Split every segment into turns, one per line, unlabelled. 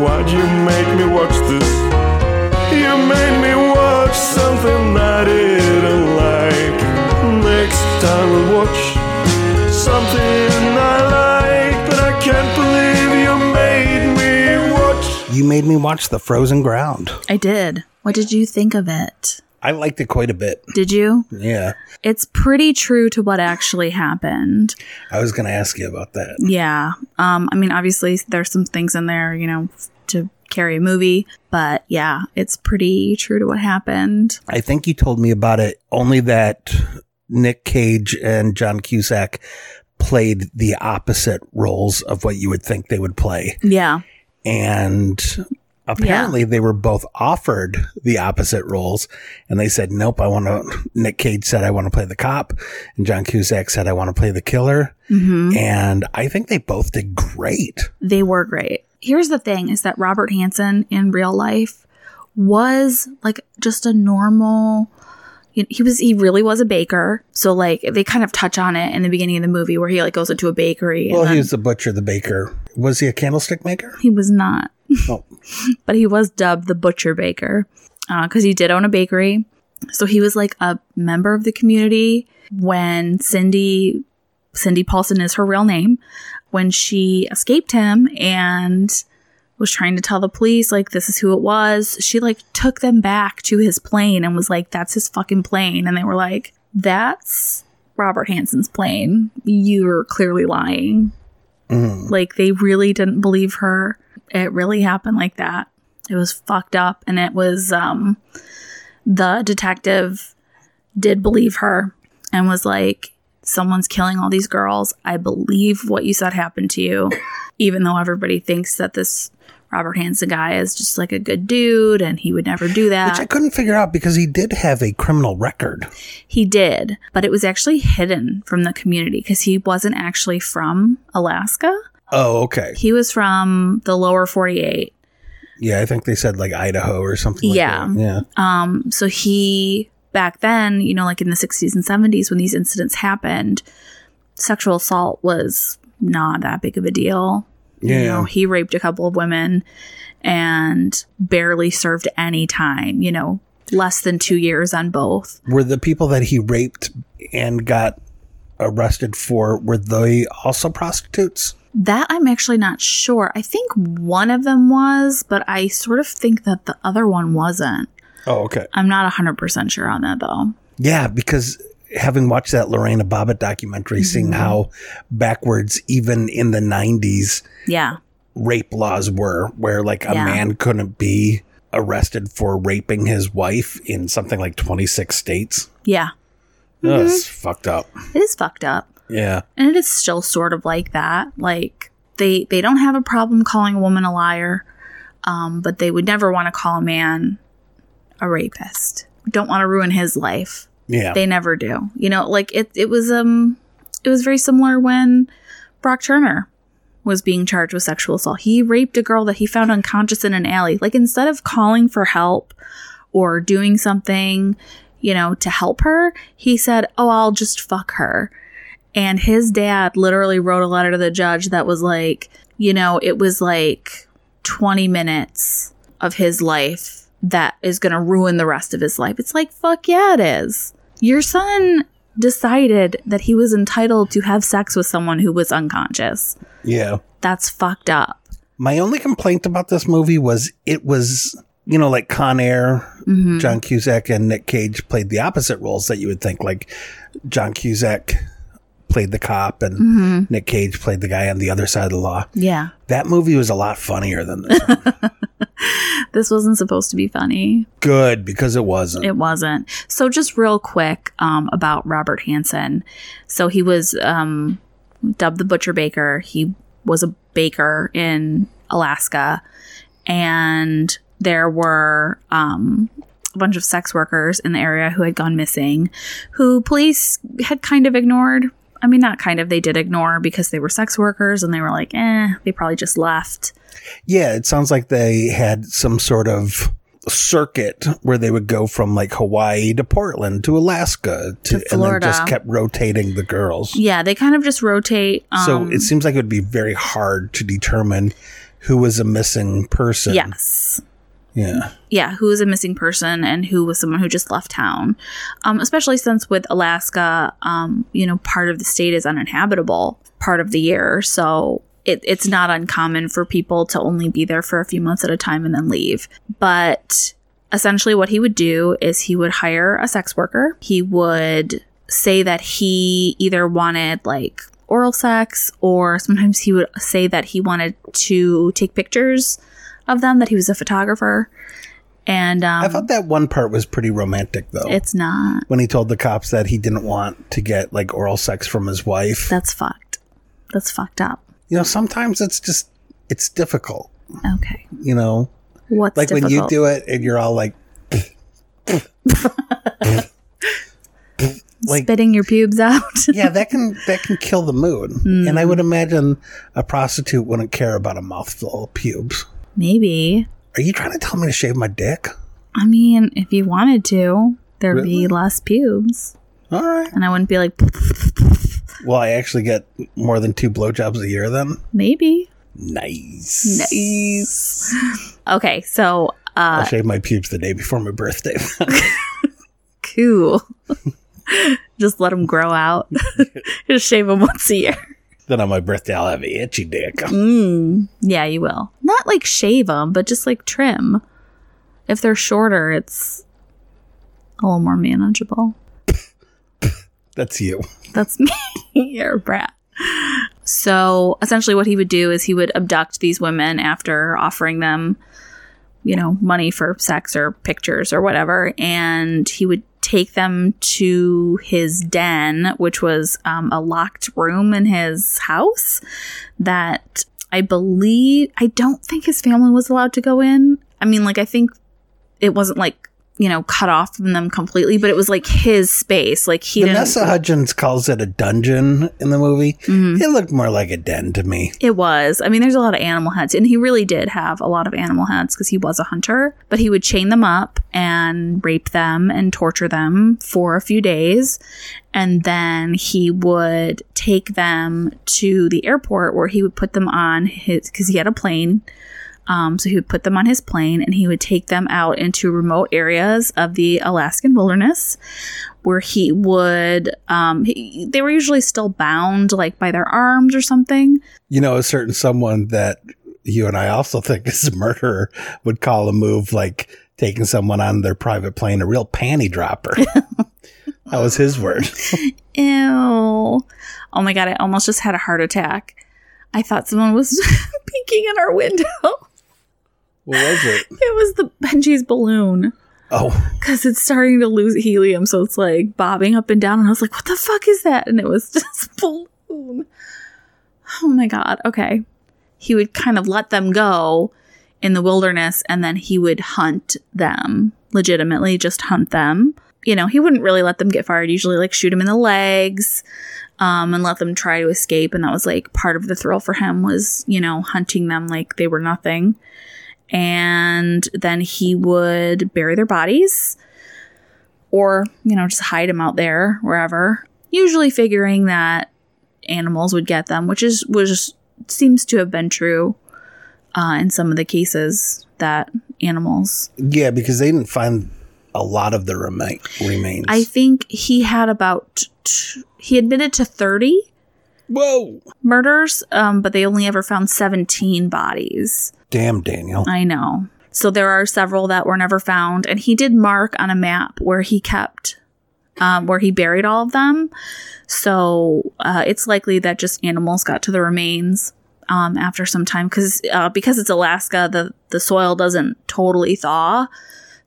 Why'd you make me watch this? You made me watch something I didn't like. Next time I'll watch something I like, but I can't believe you made me watch.
You made me watch The Frozen Ground.
I did. What did you think of it?
I liked it quite a bit.
Did you?
Yeah.
It's pretty true to what actually happened.
I was going to ask you about that.
Yeah. Um, I mean, obviously, there's some things in there, you know, to carry a movie, but yeah, it's pretty true to what happened.
I think you told me about it only that Nick Cage and John Cusack played the opposite roles of what you would think they would play.
Yeah.
And apparently they were both offered the opposite roles and they said, "Nope, I want to Nick Cage said I want to play the cop and John Cusack said I want to play the killer." And I think they both did great.
Mm-hmm. They were great. Here's the thing is that Robert Hansen in real life was like just a normal you know, he was he really was a baker. So like they kind of touch on it in the beginning of the movie where he like goes into a bakery and
Well,
then-
he was the butcher, the baker. Was he a candlestick maker?
he was not
Oh,
but he was dubbed the butcher baker because he did own a bakery. So he was like a member of the community when Cindy, Cindy Paulson is her real name, when she escaped him and was trying to tell the police like this is who it was. She like took them back to his plane and was like that's his fucking plane, and they were like that's Robert Hansen's plane. You're clearly lying.
Mm.
Like they really didn't believe her. It really happened like that. It was fucked up and it was um the detective did believe her and was like someone's killing all these girls. I believe what you said happened to you even though everybody thinks that this Robert Hansen guy is just like a good dude and he would never do that.
which I couldn't figure out because he did have a criminal record.
He did, but it was actually hidden from the community because he wasn't actually from Alaska.
Oh, okay.
He was from the lower 48.
Yeah, I think they said like Idaho or something. Like
Yeah.
that. yeah.
Um, so he back then, you know, like in the 60s and 70s when these incidents happened, sexual assault was not that big of a deal.
Yeah.
You know, he raped a couple of women and barely served any time, you know, less than 2 years on both.
Were the people that he raped and got arrested for were they also prostitutes?
That I'm actually not sure. I think one of them was, but I sort of think that the other one wasn't.
Oh, okay.
I'm not 100% sure on that though.
Yeah, because having watched that Lorena Bobbitt documentary, seeing
Mm-hmm.
how backwards even in the '90s
Yeah.
rape laws were, where like a
Yeah.
man couldn't be arrested for raping his wife in something like 26 states.
Yeah. Mm-hmm.
That's fucked up.
It is fucked up.
Yeah.
and it is still sort of like that like they they don't have a problem calling a woman a liar um, but they would never want to call a man a rapist don't want to ruin his life
Yeah.
they never do you know like it, it was um it was very similar when brock turner was being charged with sexual assault he raped a girl that he found unconscious in an alley like instead of calling for help or doing something you know to help her he said oh i'll just fuck her and his dad literally wrote a letter to the judge that was like, you know, it was like 20 minutes of his life that is going to ruin the rest of his life. It's like, fuck yeah, it is. Your son decided that he was entitled to have sex with someone who was unconscious.
yeah.
That's fucked up.
My only complaint about this movie was it was, you know, like Con Air,
Mhm.
John Cusack and Nick Cage played the opposite roles that you would think. Like John Cusack played the cop and
Mhm.
Nick Cage played the guy on the other side of the law.
Yeah.
That movie was a lot funnier than this. one.
This wasn't supposed to be funny.
Good because it wasn't.
It wasn't. So, just real quick um, about Robert Hansen. So, he was um, dubbed the Butcher Baker. He was a baker in Alaska. And there were um, a bunch of sex workers in the area who had gone missing, who police had kind of ignored. I mean, not kind of, they did ignore because they were sex workers and they were like, eh, they probably just left.
Yeah, it sounds like they had some sort of circuit where they would go from like Hawaii to Portland to Alaska to,
To
and then just
Florida.
kept rotating the girls.
Yeah, they kind of just rotate. Um,
so it seems like it would be very hard to determine who was a missing person.
Yes.
Yeah.
yeah, who is a missing person and who was someone who just left town. Um, especially since with Alaska, um, you know, part of the state is uninhabitable part of the year. So it, it's not uncommon for people to only be there for a few months at a time and then leave. But essentially, what he would do is he would hire a sex worker. He would say that he either wanted like oral sex or sometimes he would say that he wanted to take pictures of them, that he was a photographer. And um,
I thought that one part was pretty romantic though.
it's not.
when he told the cops that he didn't want to get like oral sex from his wife.
That's fucked. That's fucked up.
You know, sometimes it's just it's difficult,
Okay.
you know.
What's
like
difficult?
when you do it and you're all like like-
spitting your pubes out.
yeah, that can that can kill the mood. And
Hmm.
I would imagine a prostitute wouldn't care about a mouthful of pubes.
Maybe.
Are you trying to tell me to shave my dick?
I mean, if you wanted to, there'd
Really?
be less pubes,
All right.
and I wouldn't be like,
Well, I actually get more than two blowjobs a year then.
maybe.
Nice.
Nice. Okay, so
I'll
uh,
shave my pubes the day before my birthday.
cool. Just let them grow out. Just shave them once a year.
then on my birthday, I'll have a itchy dick.
Mm, yeah, you will. Not like shave them, but just like trim. If they're shorter, it's a little more manageable.
That's you.
That's me. You're a brat. So essentially, what he would do is he would abduct these women after offering them, you know, money for sex or pictures or whatever. And he would take them to his den, which was um, a locked room in his house that I believe, I don't think his family was allowed to go in. I mean, like, I think it wasn't like, you know, cut off from them completely, but it was like his space. Like, he
Vanessa Hudgens calls it a dungeon in the movie.
didn't. Mhm.
It looked more like a den to me.
It was. I mean, there's a lot of animal heads, and he really did have a lot of animal heads because he was a hunter. But he would chain them up and rape them and torture them for a few days. And then he would take them to the airport where he would put them on his, because he had a plane. Um, so he would put them on his plane and he would take them out into remote areas of the Alaskan wilderness where he would, um, he, they were usually still bound like by their arms or something.
You know, a certain someone that you and I also think is a murderer would call a move like taking someone on their private plane a real panty dropper. that was his word.
Ew. Oh my god, I almost just had a heart attack. I thought someone was peeking in our window.
What was it?
It was the Benji's balloon.
Oh,
Cause it's starting to lose helium, so it's like bobbing up and down. And I was like, what the fuck is that? And it was just balloon. Oh my god. Okay. He would kind of let them go in the wilderness and then he would hunt them. Legitimately just hunt them. You know, he wouldn't really let them get far. He'd usually like shoot them in the legs, um, and let them try to escape. And that was like part of the thrill for him was, you know, hunting them like they were nothing. And then he would bury their bodies or, you know, just hide them out there wherever, usually figuring that animals would get them, which is, was, seems to have been true uh, in some of the cases that animals
yeah, because they didn't find a lot of the remi- remains.
I think he had about t- he admitted to 30
Whoa.
murders, um, but they only ever found 17 bodies.
Damn, Daniel.
I know. So there are several that were never found, and he did mark on a map where he kept, um, where he buried all of them. So uh, it's likely that just animals got to the remains um, after some time, because uh, because it's Alaska, the the soil doesn't totally thaw,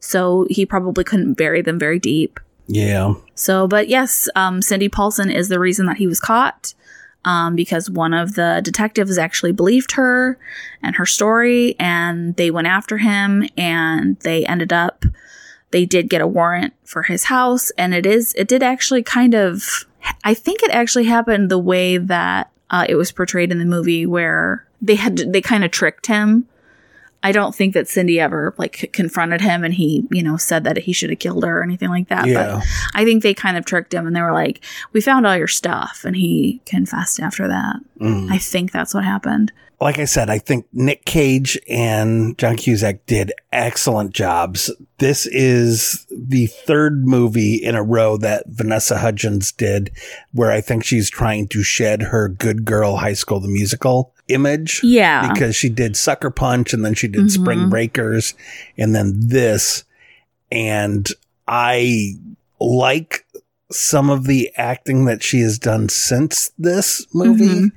so he probably couldn't bury them very deep.
Yeah.
So, but yes, um, Cindy Paulson is the reason that he was caught um, because one of the detectives actually believed her and her story, and they went after him, and they ended up they did get a warrant for his house, and it is it did actually kind of I think it actually happened the way that uh, it was portrayed in the movie where they had they kind of tricked him. I don't think that Cindy ever like confronted him and he, you know, said that he should have killed her or anything like that.
Yeah.
But I think they kind of tricked him and they were like, "We found all your stuff," and he confessed after that.
Mm.
I think that's what happened.
like I said, I think Nick Cage and John Cusack did excellent jobs. This is the third movie in a row that Vanessa Hudgens did where I think she's trying to shed her good girl high school the musical image
Yeah,
because she did Sucker Punch and then she did
Mhm.
Spring Breakers and then this. And I like some of the acting that she has done since this movie,
Mhm.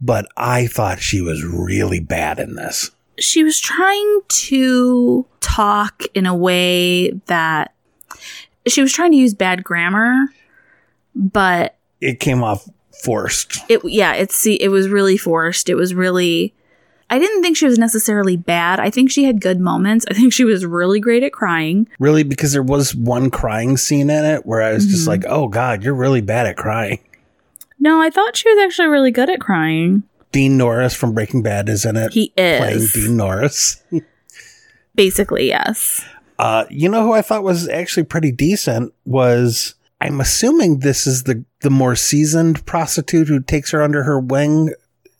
but I thought she was really bad in this.
she was trying to talk in a way that she was trying to use bad grammar, but
It came off forced.
it yeah it's see it was really forced it was really i didn't think she was necessarily bad i think she had good moments i think she was really great at crying
Really, because there was one crying scene in it where I was just
Mhm.
like, oh God, you're really bad at crying.
no i thought she was actually really good at crying
Dean Norris from Breaking Bad is in it.
he
playing
is
Dean Norris.
basically yes
Uh, you know who I thought was actually pretty decent was I'm assuming this is the the more seasoned prostitute who takes her under her wing.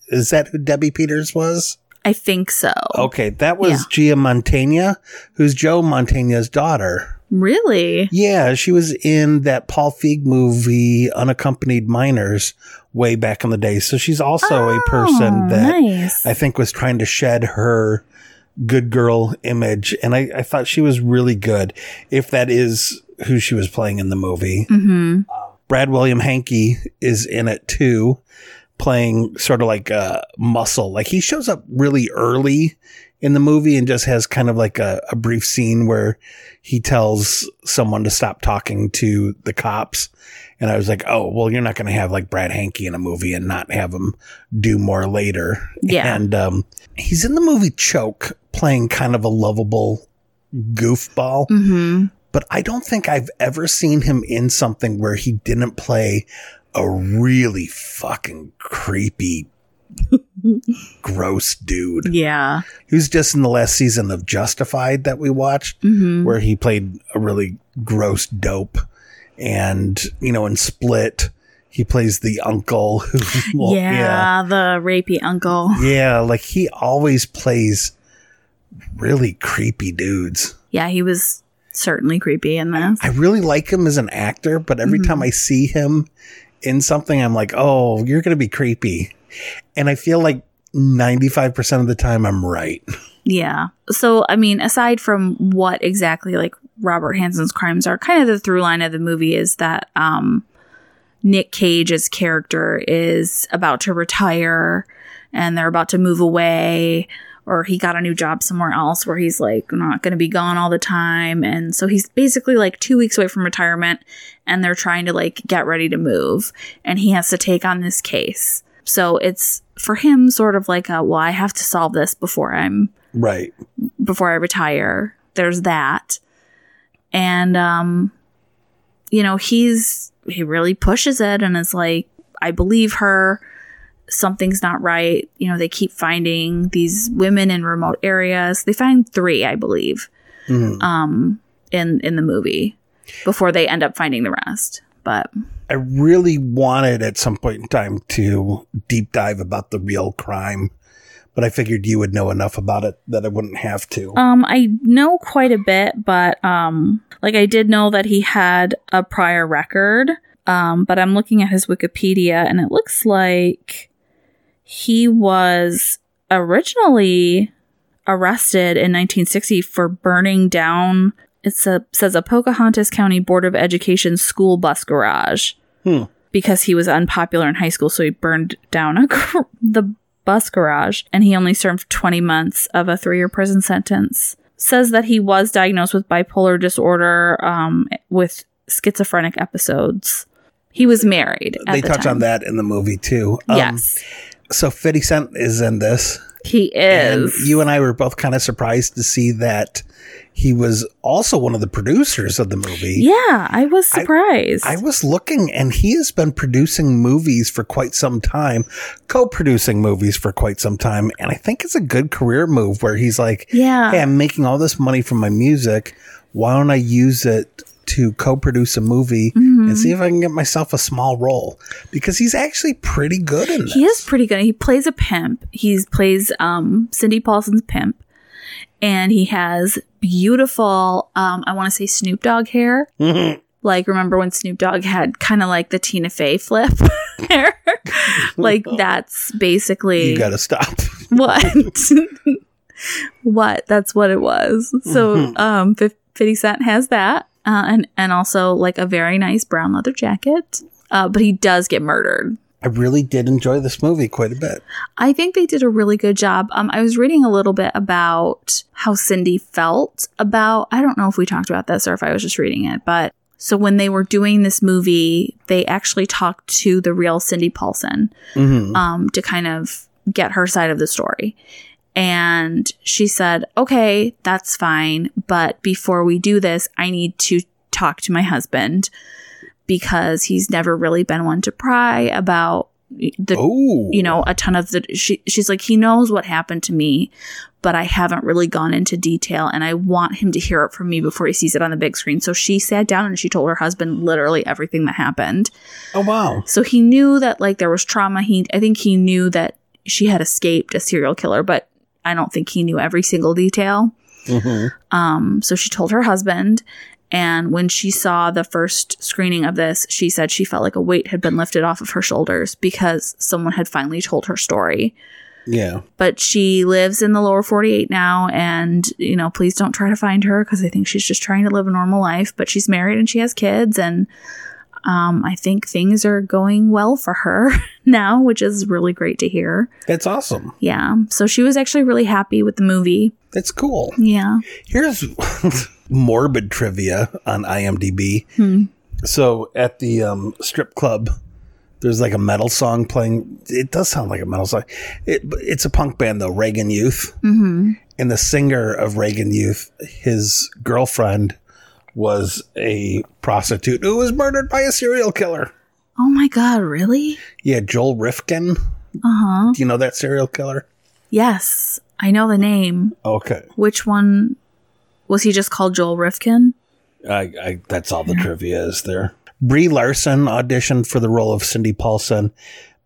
Is that who Debbie Peters was?
i think so
Okay, that was Gia Montaigne, who's Joe Montaigne's daughter.
really
Yeah, she was in that Paul Feig movie Unaccompanied Minors way back in the day. So she's also a person
Oh,
that
nice
I think was trying to shed her good girl image. And I, I thought she was really good, if that is who she was playing in the movie.
mm-hmm
Brad William Hankey is in it too, playing sort of like a muscle. Like he shows up really early in the movie and just has kind of like a, a brief scene where he tells someone to stop talking to the cops. And I was like, oh, well, you're not going to have like Brad Hankey in a movie and not have him do more later.
Yeah.
And um, he's in the movie Choke playing kind of a lovable goofball
mm-hmm
but I don't think I've ever seen him in something where he didn't play a really fucking creepy, gross dude.
yeah
He was just in the last season of Justified that we watched,
mm-hmm
where he played a really gross dope. And, you know, in Split, he plays the uncle who. well,
yeah, the rapey uncle
yeah. Yeah. Like he always plays really creepy dudes.
yeah he was certainly creepy in this
I really like him as an actor, but every
Mhm.
time I see him in something, I'm like, oh, you're going to be creepy. And I feel like 95% of the time I'm right.
Yeah. So, I mean, aside from what exactly like Robert Hansen's crimes are, kind of the through line of the movie is that um, Nick Cage's character is about to retire and they're about to move away, or he got a new job somewhere else where he's like not going to be gone all the time. And so he's basically like two weeks away from retirement and they're trying to like get ready to move and he has to take on this case. So it's for him sort of like a well, I have to solve this before I'm
Right.
before I retire. There's that. And um you know, he's he really pushes it and is like I believe her. Something's not right. You know, they keep finding these women in remote areas. They find 3, I believe,
Mhm.
um in in the movie before they end up finding the rest. But
I really wanted at some point in time to deep dive about the real crime, but I figured you would know enough about it that I wouldn't have to.
Um, I know quite a bit, but um, like I did know that he had a prior record Um, but I'm looking at his Wikipedia and it looks like he was originally arrested in 1960 for burning down it's a says a Pocahontas County Board of Education school bus garage
Hmm.
because he was unpopular in high school, so he burned down a, gar- the bus garage, and he only served 20 months of a three-year prison sentence. Says that he was diagnosed with bipolar disorder um, with schizophrenic episodes. He was married. At
They
the
touch
time.
on that in the movie too. Um,
yes,
So 50 Cent is in this.
he
And
is.
you and I were both kind of surprised to see that he was also one of the producers of the movie.
yeah, I was
I-
surprised.
I was looking and he has been producing movies for quite some time, co producing movies for quite some time. And I think it's a good career move where he's like,
yeah,
Hey, I'm making all this money from my music. Why don't I use it to co produce a movie
Mm-hmm.
and see if I can get myself a small role? Because he's actually pretty good in this.
He is pretty good. He plays a pimp. He plays um, Cindy Paulson's pimp, and he has beautiful. Um, I want to say Snoop Dogg hair. Like remember when Snoop Dogg had kind of like the Tina Fey flip hair? like that's basically
You got to stop.
what what that's what it was so
Mm-hmm.
um fif- 50 cent has that uh, and and also like a very nice brown leather jacket uh, but he does get murdered
I really did enjoy this movie quite a bit.
I think they did a really good job. Um, I was reading a little bit about how Cindy felt about, I don't know if we talked about this or if I was just reading it, but so when they were doing this movie, they actually talked to the real Cindy Paulson
Mhm.
um, to kind of get her side of the story. And she said, okay, that's fine. But before we do this, I need to talk to my husband because he's never really been one to pry about the
Oh,
you know a ton of the she, she's like he knows what happened to me but i haven't really gone into detail and i want him to hear it from me before he sees it on the big screen so she sat down and she told her husband literally everything that happened
Oh, wow.
so he knew that like there was trauma he i think he knew that she had escaped a serial killer but i don't think he knew every single detail
Mhm.
um, so she told her husband. And when she saw the first screening of this, she said she felt like a weight had been lifted off of her shoulders because someone had finally told her story.
Yeah.
But she lives in the lower 48 now. And, you know, please don't try to find her because I think she's just trying to live a normal life. But she's married and she has kids. And um, I think things are going well for her now, which is really great to hear.
That's awesome.
Yeah. So she was actually really happy with the movie.
That's cool.
Yeah.
Here's morbid trivia on IMDb.
Hmm.
So at the um, strip club, there's like a metal song playing. It does sound like a metal song. It, it's a punk band though, Reagan Youth,
hmm.
and the singer of Reagan Youth, his girlfriend was a prostitute who was murdered by a serial killer.
Oh my God. Really?
Yeah, Joel Rifkin.
Uh huh.
Do you know that serial killer?
Yes, I know the name.
Okay,
Which one was he just called Joel Rifkin?
I, I, that's all the trivia is there. Brie Larson auditioned for the role of Cindy Paulson,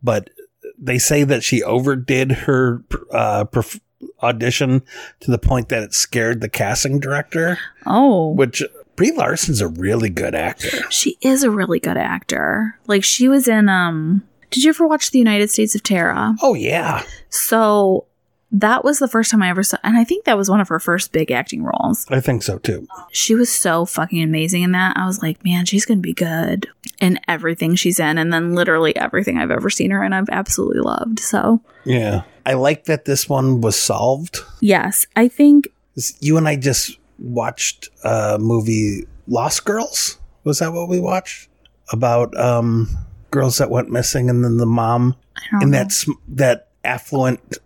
but they say that she overdid her uh, perf- audition to the point that it scared the casting director.
Oh,
Which Brie Larson's a really good actor.
she is a really good actor. Like she was in um Did you ever watch The United States of Terra?
Oh yeah,
So that was the first time I ever saw and I think that was one of her first big acting roles.
I think so too.
She was so fucking amazing in that. I was like, man, she's going to be good in everything she's in and then literally everything I've ever seen her in I've absolutely loved. So,
Yeah, I like that this one was solved.
yes, I think
'Cause You and I just watched a movie, Lost Girls. Was that what we watched? About um, girls that went missing, and then the mom
I don't
in
know.
that sm- that affluent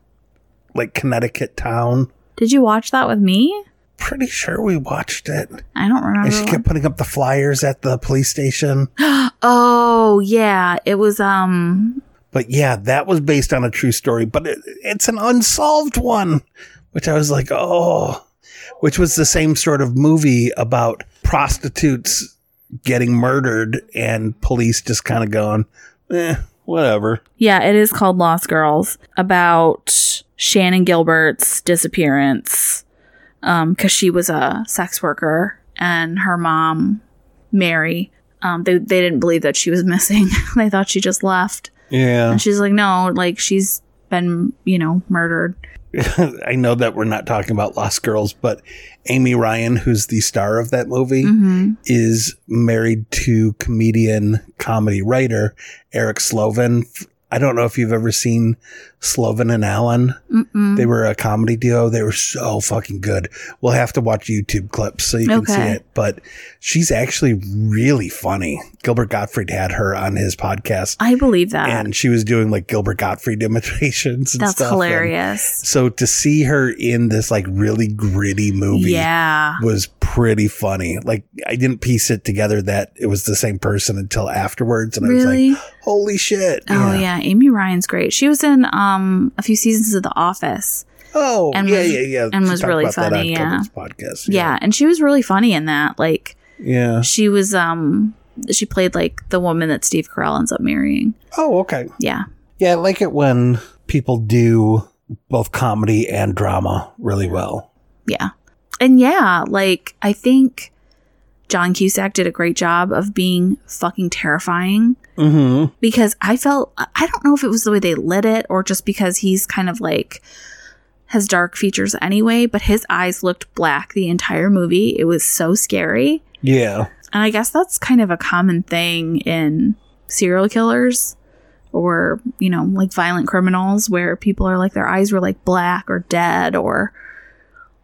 like Connecticut town.
Did you watch that with me?
Pretty sure we watched it.
I don't
And
remember.
she kept putting up the flyers at the police station.
what- oh yeah, it was um
But yeah, that was based on a true story, but it, it's an unsolved one, which I was like, oh, which was the same sort of movie about prostitutes getting murdered and police just kind of going, eh, whatever.
yeah, it is called Lost Girls about Shannon Gilbert's disappearance um cuz she was a sex worker and her mom Mary Um, they they didn't believe that she was missing. they thought she just left,
Yeah.
and she's like, no, like she's been you know murdered.
I know that we're not talking about Lost Girls, but Amy Ryan, who's the star of that movie,
Mm-hmm.
is married to comedian, comedy writer Eric Sloven. I don't know if you've ever seen Sloven and Allen.
Mm-mm.
They were a comedy duo. They were so fucking good. We'll have to watch YouTube clips so you can see
Okay.
it. But she's actually really funny. Gilbert Gottfried had her on his podcast,
I believe that.
and she was doing like Gilbert Gottfried imitations. And
Ah. That's
stuff. And
hilarious.
so to see her in this like really gritty movie
Yeah.
was pretty funny. Like I didn't piece it together that it was the same person until afterwards, and I was
Really?
like, "Holy shit!"
Oh yeah. Amy Ryan's great. She was in um a few seasons of The Office.
Oh
And
yeah,
was-
yeah, yeah.
and
She
was
talked
really
about that on
funny, yeah.
Kevin's podcast.
Yeah, and she was really funny in that. Like
yeah.
she was um she played like the woman that Steve Carell ends up marrying.
Oh, okay.
Yeah.
Yeah, I like it when people do both comedy and drama really well.
Yeah. And yeah, like I think John Cusack did a great job of being fucking terrifying
Mm-hmm.
because I felt I don't know if it was the way they lit it or just because he's kind of like has dark features anyway, but his eyes looked black the entire movie. It was so scary.
Yeah.
And I guess that's kind of a common thing in serial killers or, you know, like violent criminals where people are like their eyes were like black or dead or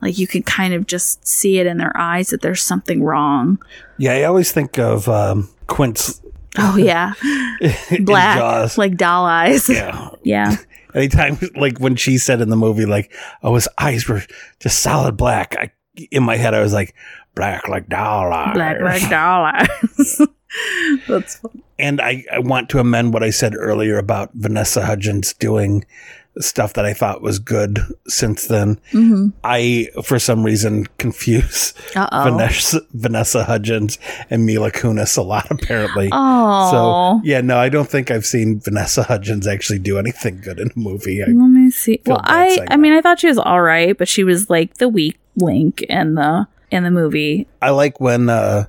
like you could kind of just see it in their eyes that there's something wrong.
Yeah, I always think of um, Quint's
Oh yeah.
in
Black
Jaws.
like doll eyes. Yeah.
yeah. Anytime, like when she said in the movie, like, oh, his eyes were just solid black. I, in my head, I was like, black like doll eyes.
Black like doll eyes. that's fun.
And I, I want to amend what I said earlier about Vanessa Hudgens doing stuff that I thought was good since then.
Mhm.
I, for some reason, confuse
Uh-oh.
Vanessa, Vanessa Hudgens and Mila Kunis a lot, apparently.
Oh.
So, yeah, no, I don't think I've seen Vanessa Hudgens actually do anything good in a movie. I,
Let me see.
feel
Well,
bad
I
saying
I mean I thought she was all right, but she was like the weak link in the in the movie.
I like when uh,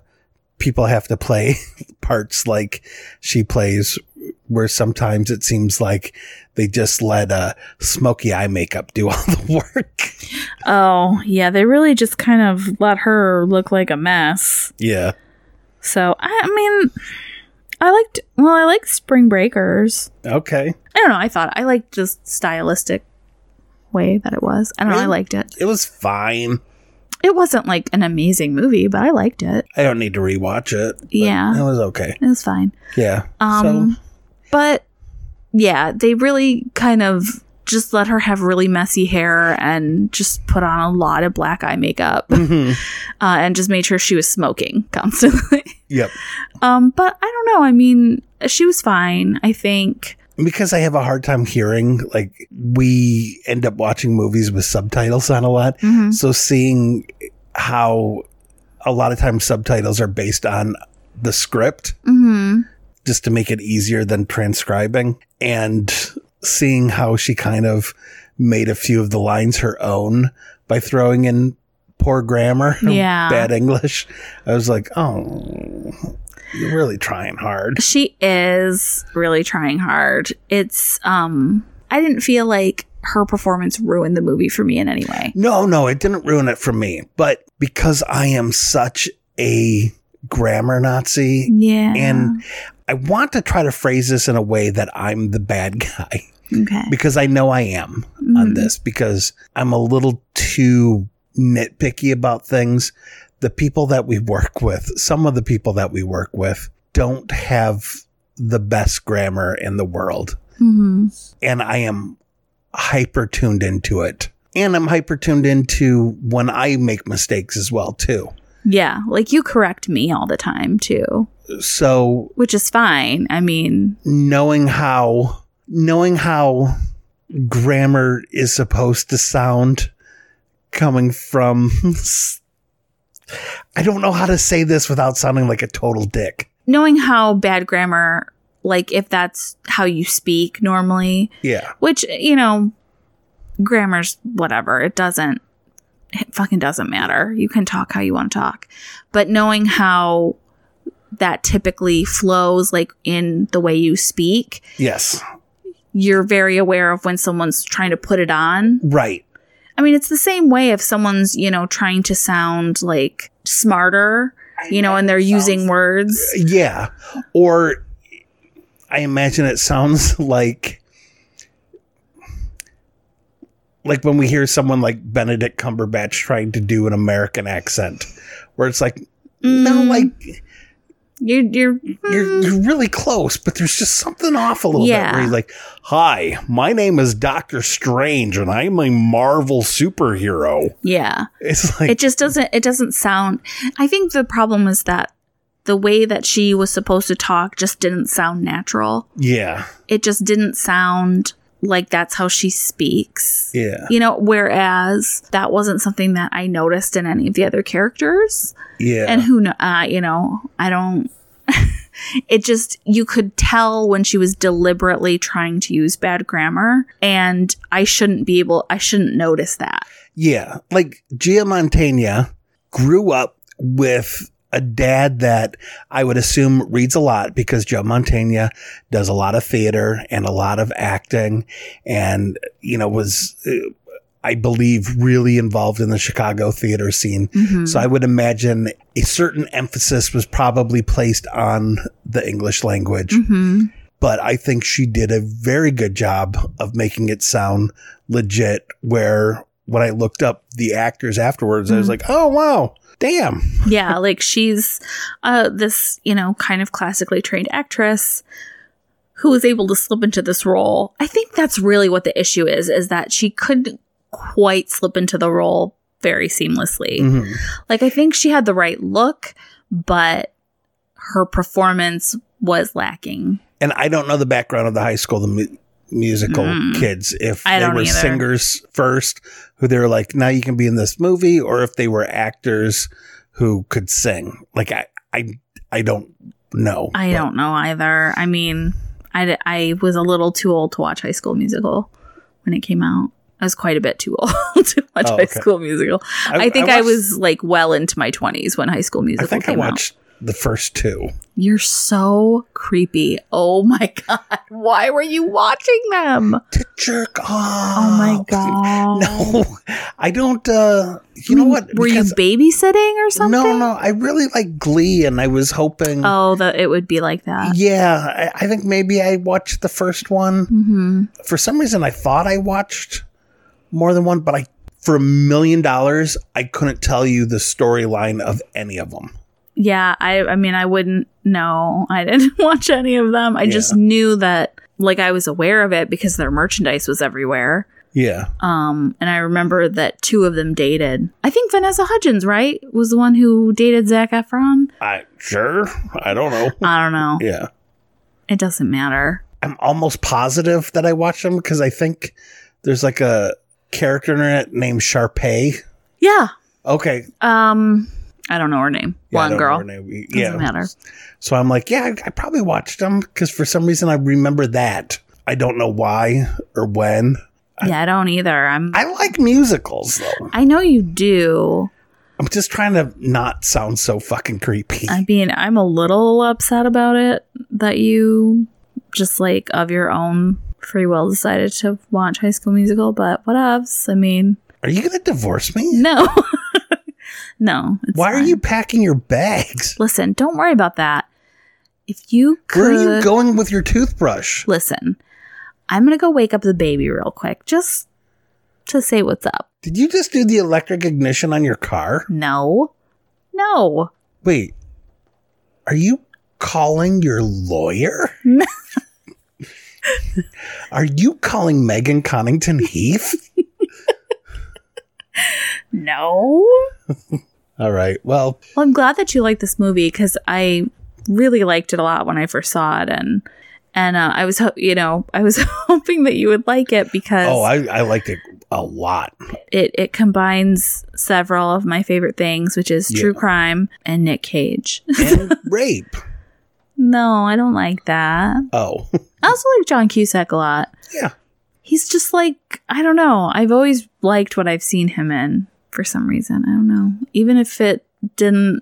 people have to play parts like she plays, where sometimes it seems like they just let uh, smoky eye makeup do all the work.
Oh, yeah, they really just kind of let her look like a mess.
yeah.
So, I, I mean, I liked well, I liked Spring Breakers.
Okay.
I don't know, I thought I liked just stylistic way that it was. I don't know, I
Really?
liked it.
It was fine.
It wasn't like an amazing movie, but I liked it.
I don't need to rewatch it. but
Yeah.
It was okay.
It was fine.
Yeah.
Um, but yeah, they really kind of just let her have really messy hair and just put on a lot of black eye makeup uh,
so, mhm.
and just made sure she was smoking constantly.
yep.
um, but I don't know. I mean, she was fine, I think.
because I have a hard time hearing, like we end up watching movies with subtitles on a lot.
Mhm.
So seeing how a lot of times subtitles are based on the script
Mm-hmm.
just to make it easier than transcribing and seeing how she kind of made a few of the lines her own by throwing in poor grammar,
Yeah.
bad English. I was like, "Oh, you're really trying hard."
She is really trying hard. It's, um, I didn't feel like her performance ruined the movie for me in any way.
No, no, it didn't ruin it for me. But because I am such a grammar Nazi,
Yeah.
and I want to try to phrase this in a way that I'm the bad guy
okay.
because I know I am
Mhm.
on this because I'm a little too nitpicky about things. The people that we work with, some of the people that we work with, don't have the best grammar in the world
Mhm.
and I am hyper tuned into it. And I'm hyper tuned into when I make mistakes as well too.
Yeah, like you correct me all the time too,
So
which is fine. I mean,
knowing how knowing how grammar is supposed to sound coming from I don't know how to say this without sounding like a total dick.
knowing how bad grammar, like if that's how you speak normally,
Yeah.
which, you know, grammar's whatever, it doesn't, it fucking doesn't matter. You can talk how you want to talk. But knowing how that typically flows like in the way you speak.
Yes.
You're very aware of when someone's trying to put it on.
Right.
I mean, it's the same way if someone's, you know, trying to sound like smarter, you know, and they're using words.
Yeah. Or I imagine it sounds like like when we hear someone like Benedict Cumberbatch trying to do an American accent, where it's like, no,
Mm.
like
You're, you're, mm,
you're, you're really close, but there's just something off a little bit.
Yeah.
Where you're like, "Hi, my name is Doctor Strange, and I'm a Marvel superhero."
yeah.
It's like,
it just doesn't it doesn't sound i think the problem is that the way that she was supposed to talk just didn't sound natural
yeah,
it just didn't sound like that's how she speaks
yeah,
you know whereas that wasn't something that i noticed in any of the other characters
yeah,
and who know uh, you know i don't it just you could tell when she was deliberately trying to use bad grammar and i shouldn't be able i shouldn't notice that
yeah. Like Gia Montana grew up with a dad that I would assume reads a lot because Joe Montana does a lot of theater and a lot of acting and, you know, was, uh, I believe, really involved in the Chicago theater scene.
Mhm.
So I would imagine a certain emphasis was probably placed on the English language,
Mhm.
but I think she did a very good job of making it sound legit. Where when I looked up the actors afterwards, I was
Mhm.
like, oh, wow, damn.
yeah like she's uh this you know kind of classically trained actress who was able to slip into this role i think that's really what the issue is is that she couldn't quite slip into the role very seamlessly
Mhm.
like i think she had the right look but her performance was lacking
and I don't know the background of the high school the mu- musical
Mm.
kids if
I
they
don't
were
either.
singers first who they were like now you can be in this movie or if they were actors who could sing like I I I don't know
i don't know either i mean i, I was a little too old to watch high school musical when it came out I was quite a bit too old to watch
Oh,
High
okay.
School Musical. I think I,
watched-
was like well into my 20s when High School
I
Musical
think I
came out.
watched the first two
You're so creepy. Oh my god. Why were you watching them? Oh,
to jerk off
my god.
no I don't uh you know what
Oh. Were
Because-
you babysitting or something?
no no I really like Glee and I was hoping
Oh, that it would be like that.
yeah I, I think maybe I watched the first one
Mm-hmm.
for some reason I thought I watched more than one, but I for a million dollars I couldn't tell you the storyline of any of them.
Yeah, I I mean I wouldn't know. I didn't watch any of them. I just knew that like I was aware of it because their merchandise was everywhere.
Yeah,
Um, and I remember that two of them dated. I think Vanessa Hudgens, right, was the one who dated Zach Efron.
I sure I don't know.
I don't know.
yeah,
It doesn't matter.
I'm almost positive that I watched them because I think there's like a character in it named Sharpay.
Yeah.
Okay,
Um, I don't know her name.
Yeah, I don't
Blonde
know
girl.
her name.
Doesn't
Yeah,
matter.
so I'm like, yeah, I, I probably watched them because for some reason I remember that. I don't know why or when.
yeah, I don't either. I'm. I,
I like musicals though.
know you do.
I'm just trying to not sound so fucking creepy.
I mean, I'm a little upset about it that you just like of your own free will decided to watch High School Musical, but what else? I mean,
are you going to divorce me?
no, no. it's
Why are
fine.
you packing your bags?
Listen, don't worry about that. If you could
Where are you going with your toothbrush?
listen, I'm gonna go wake up the baby real quick, just to say what's up.
Did you just do the electric ignition on your car?
No, no.
Wait, are you calling your lawyer?
No.
are you calling Megan Connington Heath?
No.
All right. Well,
Well, I'm glad that you liked this movie because I really liked it a lot when I first saw it, and and uh, I was ho- you know I was hoping that you would like it because
oh, I, I liked it a lot.
it it combines several of my favorite things, which is true crime and Nick Cage.
And rape.
no, I don't like that.
Oh,
I also like John Cusack a lot.
Yeah.
He's just like, I don't know. I've always liked what I've seen him in for some reason. I don't know. Even if it didn't,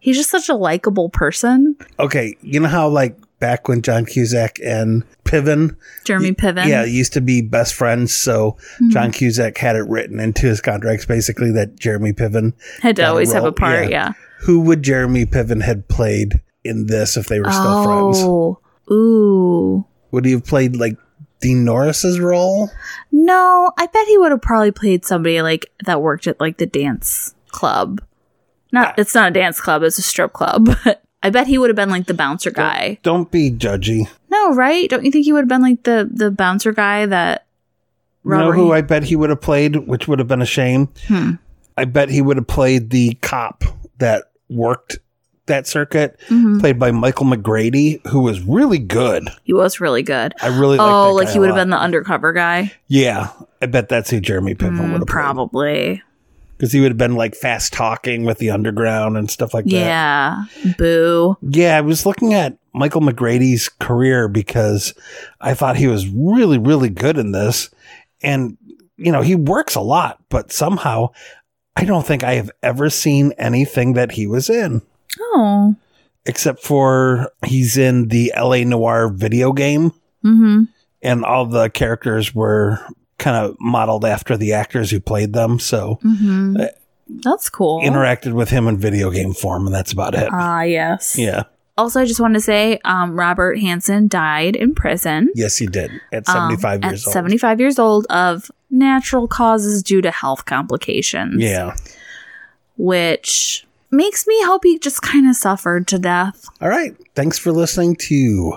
he's just such a likable person.
Okay, you know how like back when John Cusack and Piven,
Jeremy Piven.
yeah, used to be best friends. So John Cusack had it written into his contracts basically that Jeremy Piven,
Had to
got a
always have
role,
a part,
yeah.
yeah.
who would Jeremy Piven had played in this if they were still friends?
oh. Ooh.
Would he have played like Dean Norris's role?
No, I bet he would have probably played somebody like that worked at like the dance club. Not it's not a dance club, it's a strip club, but I bet he would have been like the bouncer guy.
Don't be judgy.
No, right? Don't you think he would have been like the the bouncer guy that
You
Robert
know who I bet he would have played, which would have been a shame?
Hmm.
I bet he would have played the cop that worked that circuit,
Mhm.
played by Michael McGrady, who was really good.
He was really good.
I really
oh,
like
like he would have been the undercover guy? Mm,
Yeah, I bet that's who Jeremy Piven would have
Probably.
because he would have been like fast talking with the underground and stuff like that.
Yeah. Boo.
Yeah, I was looking at Michael McGrady's career because I thought he was really, really good in this, and you know he works a lot, but somehow I don't think I have ever seen anything that he was in
Oh.
except for he's in the L.A. Noir video game,
Mm-hmm.
and all the characters were kind of modeled after the actors who played them, so.
Mm-hmm.
Uh,
That's cool.
interacted with him in video game form, and that's about it.
Ah, yes.
yeah.
Also, I just want to say um, Robert Hansen died in prison.
Yes, he did at
um,
75
at
years old.
75 years old of natural causes due to health complications.
Yeah.
Which makes me hope he just kind of suffered to death.
All right. Thanks for listening to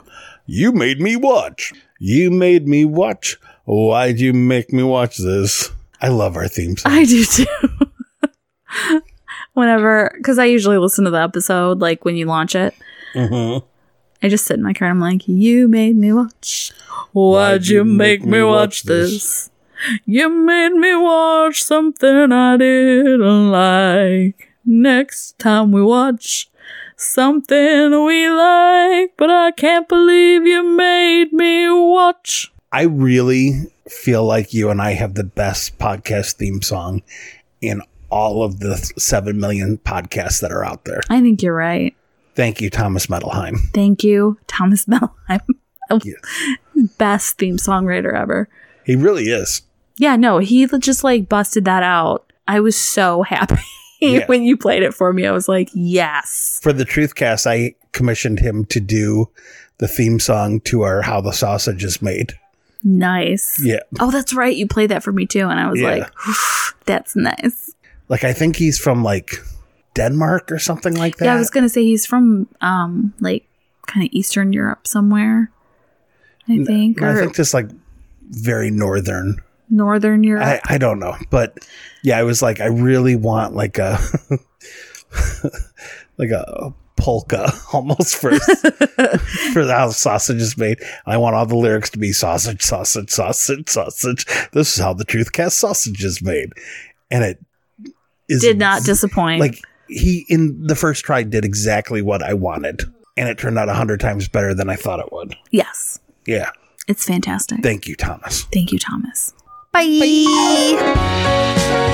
You Made Me Watch. You Made Me Watch. Why'd you make me watch this? I love our theme song.
I do too. Whenever, because I usually listen to the episode like when you launch it.
Mhm.
I just sit in my car and I'm like, You made me watch. Why'd you make me watch this? You made me watch something I didn't like. Next time we watch something we like, but I can't believe you made me watch.
I really feel like you and I have the best podcast theme song in all of the 7 million podcasts that are out there.
I think you're right.
Thank you, Thomas Metalheim.
Thank you, Thomas Melheim.
Yeah.
Best theme songwriter ever.
He really is.
Yeah, no, he l- just like busted that out. I was so happy
Yeah.
when you played it for me. I was like, yes.
for the Truthcast, I commissioned him to do the theme song to our "How the Sausage Is Made."
Nice.
Yeah,
Oh, that's right. You played that for me too. And I was
Yeah.
like, that's nice.
like I think he's from like Denmark or something like that.
Yeah, I was going to say he's from um like kind of Eastern Europe somewhere, I think,
I
or
think just like very northern.
Northern Europe.
I, I don't know, but yeah, I was like, I really want like a like a polka almost for for the how sausage is made. I want all the lyrics to be sausage, sausage, sausage, sausage. This is how the truth cast sausage is made, and it is
Did not disappoint.
like he in the first try did exactly what I wanted, and it turned out a hundred times better than I thought it would.
yes,
Yeah,
it's fantastic.
thank you, Thomas.
Thank you, Thomas.
Bye.